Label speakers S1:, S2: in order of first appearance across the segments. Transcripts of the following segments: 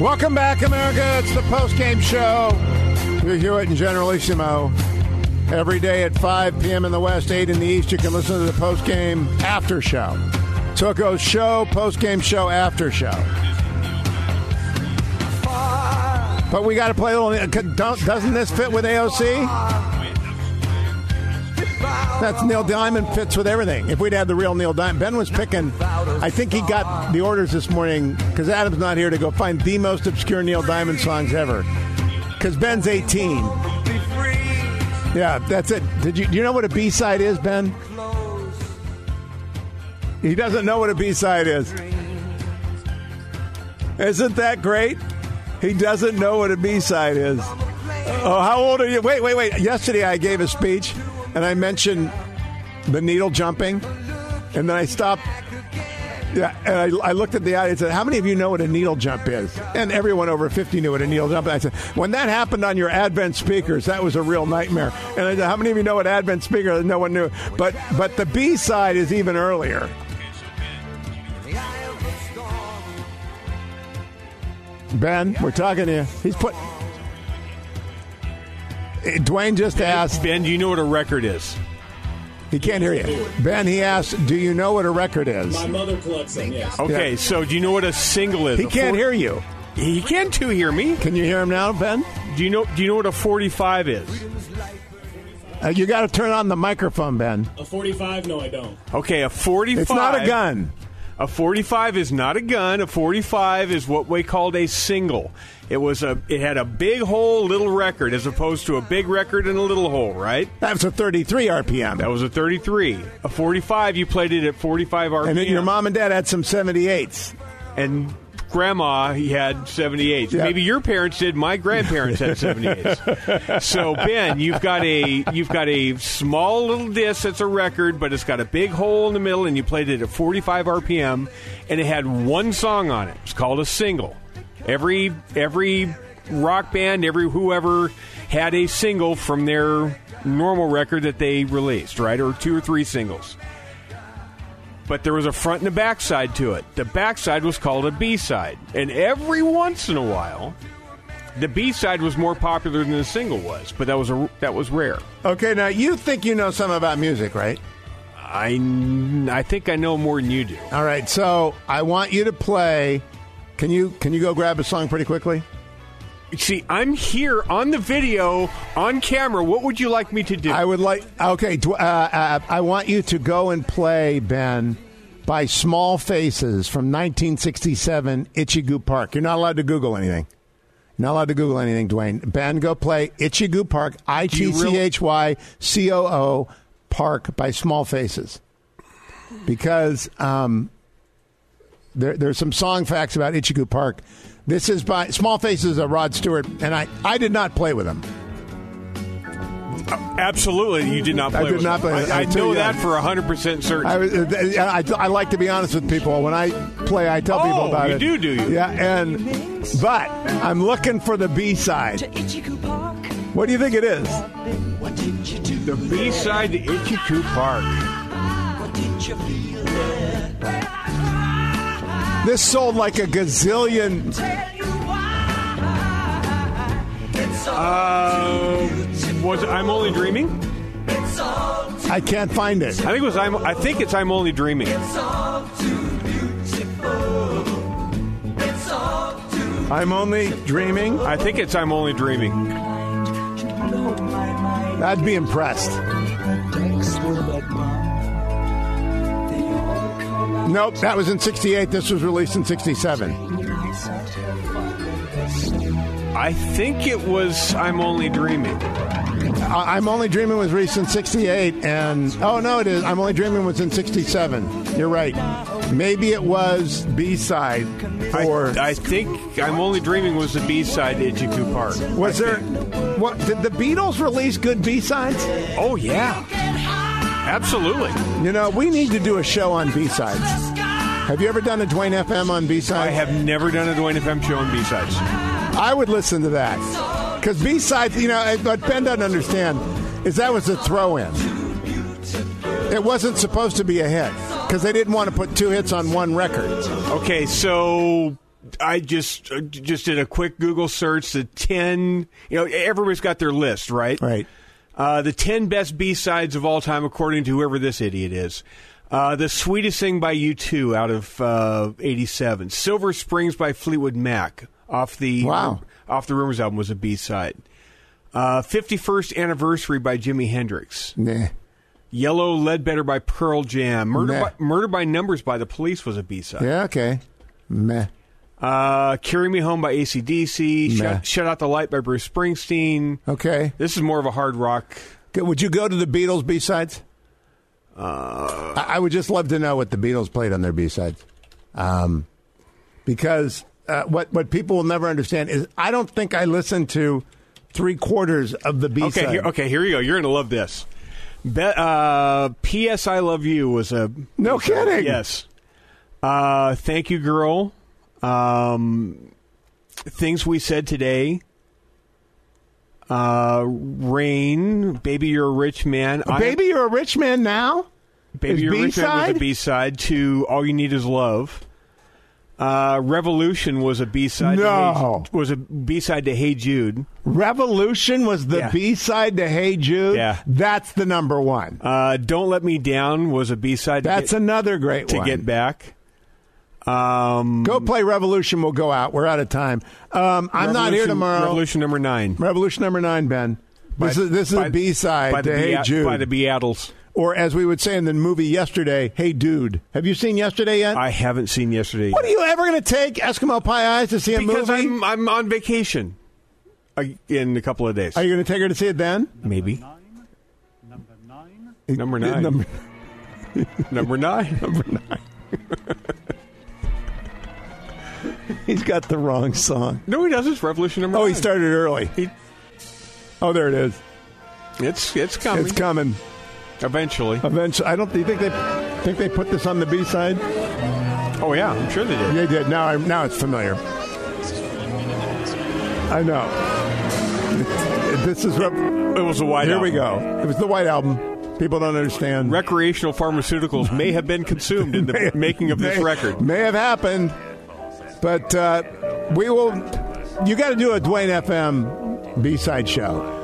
S1: Welcome back, America. It's the post-game show. Hugh Hewitt and Generalissimo. Every day at 5 p.m. in the West, 8 in the East, you can listen to the post-game after show. So it goes show, post-game show, after show. But we got to play a little. uh, don't- Doesn't this fit with AOC? That's Neil Diamond fits with everything. If we'd had the real Neil Diamond, Ben was picking. I think he got the orders this morning because Adam's not here to go find the most obscure Neil Diamond songs ever. Because Ben's 18. Yeah, that's it. Did you do you know what a B side is, Ben? He doesn't know what a B side is. Isn't that great? He doesn't know what a B side is. Oh, how old are you? Wait, wait, wait. Yesterday I gave a speech and I mentioned the needle jumping, and then I stopped. Yeah, and I, I looked at the audience and said, How many of you know what a needle jump is? And everyone over 50 knew what a needle jump is. I said, When that happened on your Advent speakers, that was a real nightmare. And I said, How many of you know what Advent speaker? is?" No one knew. But, but the B side is even earlier. Ben, we're talking to you. He's put. Eh, Dwayne just asked.
S2: Ben, do you know what a record is?
S1: He can't hear you. Ben, he asked, Do you know what a record is?
S3: My mother collects them, yes.
S2: Okay,
S1: Yeah.
S2: so do you know what a single is?
S1: He
S2: A
S1: can't
S2: four-
S1: hear you.
S2: He can too hear me.
S1: Can you hear him now, Ben?
S2: Do you know? Do you know what a forty-five is?
S1: Uh, you got to turn on the microphone, Ben.
S3: A 45? No, I don't.
S2: Okay, a forty-five.
S1: It's not a gun.
S2: A forty-five is not a gun. A forty-five is what we called a single. It was a. It had a big hole, little record, as opposed to a big record and a little hole, right?
S1: That was a 33
S2: That
S1: RPM.
S2: was a thirty-three. A forty-five, you played it at forty-five RPM.
S1: And then your mom and dad had some 78s.
S2: and grandma he had 78
S1: Yeah.
S2: maybe your parents did my grandparents had 78 so ben you've got a you've got a small little disc that's a record but it's got a big hole in the middle and you played it at 45 rpm and it had one song on it it's called a single every every rock band every whoever had a single from their normal record that they released right or two or three singles but there was a front and a backside to it. The backside was called a B side. And every once in a while, the B side was more popular than the single was, but that was a, that was rare.
S1: Okay, now you think you know something about music, right?
S2: I, I think I know more than you do.
S1: All right, so I want you to play. Can you can you go grab a song pretty quickly?
S2: See, I'm here on the video, on camera. What would you like me to do?
S1: I would like. Okay, Dw- uh, uh, I want you to go and play Ben by Small Faces from 1967, Ichigo Park. You're not allowed to Google anything. You're not allowed to Google anything, Dwayne. Ben, go play Ichigo Park. I T C H Y C O O Park by Small Faces. Because um, there, there's some song facts about Ichigo Park. This is by Small Faces of Rod Stewart, and I, I did not play with him.
S2: Absolutely, you did not
S1: I
S2: play
S1: did
S2: with
S1: not
S2: them.
S1: play with them.
S2: I, I
S1: I'm too
S2: know
S1: young.
S2: that for 100% certain.
S1: I, was- uh, I, I like to be honest with people. When I play, I tell people
S2: Oh,
S1: about
S2: you
S1: it.
S2: do, do you?
S1: Yeah, and but I'm looking for the B side. What do you think it is?
S2: the B side to Ichiku Park.
S1: This sold like a gazillion.
S2: Uh, was it I'm Only Dreaming?
S1: I can't find it.
S2: I think it was I'm, I think it's I'm Only Dreaming.
S1: I'm only dreaming.
S2: I think it's I'm Only Dreaming.
S1: I'd be impressed. Nope, that was in 68. This was released in 67.
S2: I think it was I'm Only Dreaming.
S1: I- I'm Only Dreaming was released in 68, and oh no, it is. I'm Only Dreaming was in 67. You're right. Maybe it was B side
S2: I,
S1: or.
S2: I think I'm Only Dreaming was the B side to Ichiku Park.
S1: was there. What, did the Beatles release good B sides?
S2: Oh, yeah. Absolutely.
S1: You know, we need to do a show on B sides. Have you ever done a Dwayne FM on B
S2: I
S1: sides?
S2: have never done a Dwayne FM show on B sides.
S1: I would listen to that because B sides, you know, what Ben doesn't understand is that was a throw in. It wasn't supposed to be a hit because they didn't want to put two hits on one record.
S2: Okay, so I just uh, just did a quick Google search. The ten, you know, everybody's got their list, right?
S1: Right.
S2: Uh, the ten best B sides of all time, according to whoever this idiot is. Uh, the sweetest thing by U2 out of uh, '87. Silver Springs by Fleetwood Mac off the
S1: Wow.
S2: off the Rumors album was a B side. Uh, 51st Anniversary by Jimi Hendrix.
S1: Nah.
S2: Yellow Leadbetter by Pearl Jam. Murder,
S1: Meh.
S2: by, Murder by Numbers by The Police was a B side.
S1: Yeah, okay. Meh.
S2: Uh, Carry Me Home by ACDC.
S1: Meh. Oh.
S2: Shut, Shut Out the Light by Bruce Springsteen.
S1: Okay.
S2: This is more of a hard rock.
S1: Good. Would you go to the Beatles B sides? Uh, I-, I would just love to know what the Beatles played on their B sides, um, because uh, what what people will never understand is I don't think I listened to three quarters of the B side.
S2: Okay, here, okay, here you go. You're going to love this. Be- uh, P.S. I Love You was a.
S1: No kidding.
S2: Yes. Uh, Thank You Girl. Um, Things We Said Today. Uh, Rain. Baby You're a Rich Man. I-
S1: Baby, you're a rich man now.
S2: Baby
S1: Is
S2: You're a Rich Man was
S1: B-side?
S2: a B side to All You Need Is Love. Uh, Revolution was a B side.
S1: No.
S2: to hey, was a B side to Hey Jude.
S1: Revolution was the
S2: Yeah.
S1: B side to Hey Jude.
S2: Yeah.
S1: That's the number one.
S2: Uh, Don't Let Me Down was a B side.
S1: That's
S2: to
S1: another great
S2: get,
S1: one.
S2: to get back. Um,
S1: Go play Revolution. We'll go out. We're out of time. Um, I'm not here
S2: Revolution-
S1: tomorrow.
S2: Revolution number nine.
S1: Revolution number nine, Ben. This
S2: By-
S1: is this is
S2: by-
S1: a B
S2: by
S1: side
S2: the
S1: to Hey
S2: Bea-
S1: Jude,
S2: by the Beatles.
S1: or as we would say in the movie yesterday, Hey Dude. Have you seen yesterday yet?
S2: I haven't seen yesterday.
S1: what are you ever going to take Eskimo Pie Eyes to see a
S2: because
S1: movie?
S2: I'm I'm on vacation uh, in a couple of days.
S1: are you going to take her to see it then?
S2: Maybe
S4: Number nine,
S2: number nine.
S1: Number-
S2: number nine.
S1: he's got the wrong song.
S2: no, he doesn't. It's Revolution number.
S1: Oh, he
S2: nine.
S1: started early.
S2: He-
S1: oh, there it is.
S2: It's it's coming
S1: It's coming.
S2: eventually.
S1: Eventually, I don't. Do you think they think they put this on the B side?
S2: Oh yeah, I'm sure they did.
S1: They did. Now, I, now it's familiar. I know. This is what.
S2: It was a wide.
S1: Here we
S2: album.
S1: go. It was the White Album. People don't understand.
S2: Recreational pharmaceuticals may have been consumed in the making of this
S1: May-
S2: record.
S1: may have happened, but uh, we will. You got to do a Dwayne FM B side show.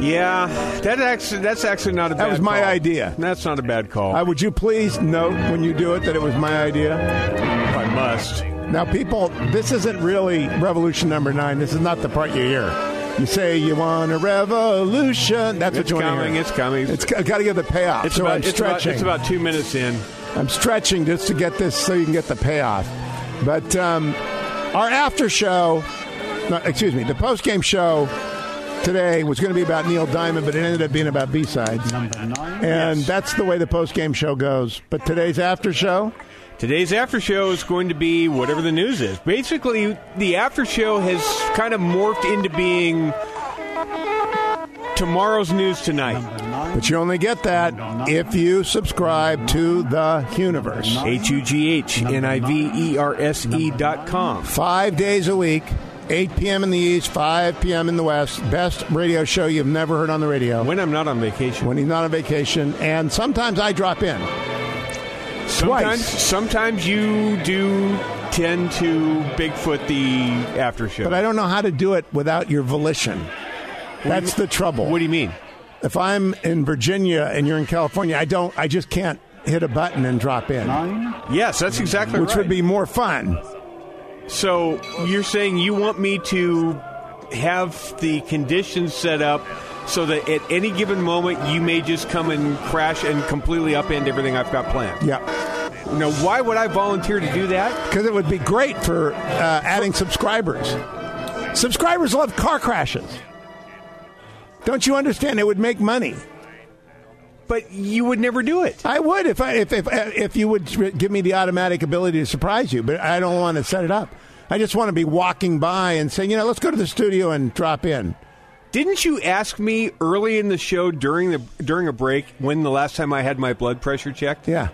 S2: Yeah, that actually that's actually not a. That bad
S1: was my
S2: call.
S1: idea.
S2: That's not a bad call.
S1: Uh, would you please note when you do it that it was my idea?
S2: if I must.
S1: Now, people, this isn't really revolution number nine. This is not the part you hear. You say you want a revolution. That's what
S2: It's
S1: you want
S2: coming,
S1: to hear.
S2: it's coming.
S1: It's got to get the payoff.
S2: It's
S1: so
S2: about
S1: I'm
S2: it's about,
S1: stretching.
S2: it's about two minutes in.
S1: I'm stretching just to get this so you can get the payoff. But um, our after show, no, excuse me, the post game show today was going to be about Neil Diamond, but it ended up being about B sides.
S4: number nine.
S1: And that's the way the post game show goes. But today's after show,
S2: Today's after show is going to be whatever the news is. Basically, the after show has kind of morphed into being tomorrow's news tonight.
S1: But you only get that if you subscribe to the universe.
S2: H U G H N I V E R S E dot com.
S1: Five days a week, 8 p.m. in the East, 5 p.m. in the West. Best radio show you've never heard on the radio
S2: When I'm not on vacation.
S1: when he's not on vacation. And sometimes I drop in.
S2: Sometimes,
S1: Twice.
S2: sometimes you do tend to Bigfoot the after show.
S1: But I don't know how to do it without your volition. That's the trouble.
S2: what do you mean?
S1: if I'm in Virginia and you're in California, I don't. I just can't hit a button and drop in,
S4: Nine,
S2: Yes, that's exactly
S1: which
S2: right.
S1: would be more fun.
S2: So you're saying you want me to have the conditions set up so that at any given moment you may just come and crash and completely upend everything I've got planned.
S1: Yeah,
S2: Now, why would I volunteer to do that?
S1: because it would be great for uh, adding subscribers. Subscribers love car crashes. Don't you understand? It would make money.
S2: But you would never do it.
S1: I would if I if if, if you would give me the automatic ability to surprise you, but I don't want to set it up. I just want to be walking by and saying, you know, let's go to the studio and drop in.
S2: Didn't you ask me early in the show during the during a break when the last time I had my blood pressure checked?
S1: Yeah.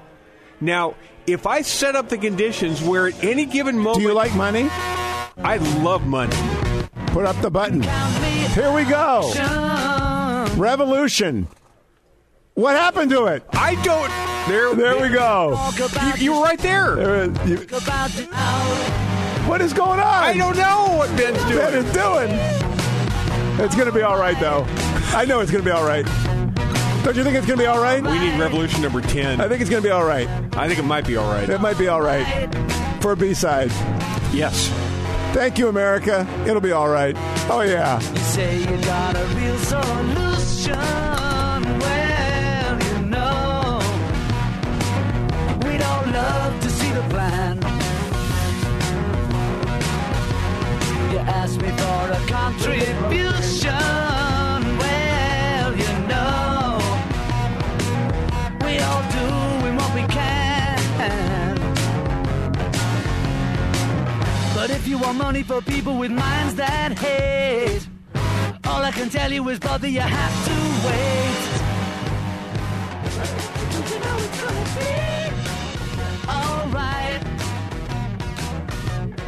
S2: Now, if I set up the conditions where at any given moment
S1: Do you like money?
S2: I love money.
S1: Put up the button. Here we go. Revolution. What happened to it?
S2: I don't there
S1: There we go.
S2: You, Oh. you were right there.
S1: There it- you- What is going on?
S2: I don't know what Ben's
S1: Ben
S2: doing.
S1: is doing. It's going to be all right, though. I know it's going to be all right. Don't you think it's going to be all right?
S2: We need revolution number 10.
S1: I think it's going to be all right.
S2: I think it might be all right.
S1: It might be all right for a B-side.
S2: Yes.
S1: Thank you, America. It'll be all right. Oh, yeah.
S5: Say you got a real solution. Well, you know, we don't love to see the plan. You asked me for a contribution. Well, you know, we all doing what we can. But if you want money for people with minds that hate, all I can tell you is, brother, you have to wait. Don't you know it's gonna be alright?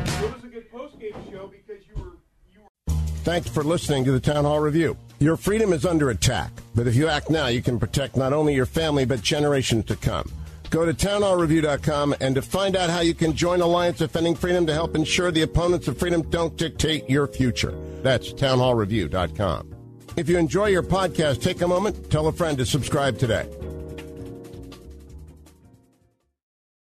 S2: It was a good post-game show because you were
S6: Thanks for listening to the Town Hall Review. Your freedom is under attack, but if you act now, you can protect not only your family, but generations to come. Go to townhallreview.com and to find out how you can join Alliance Defending Freedom to help ensure the opponents of freedom don't dictate your future. That's townhallreview.com. If you enjoy your podcast, take a moment, tell a friend to subscribe today.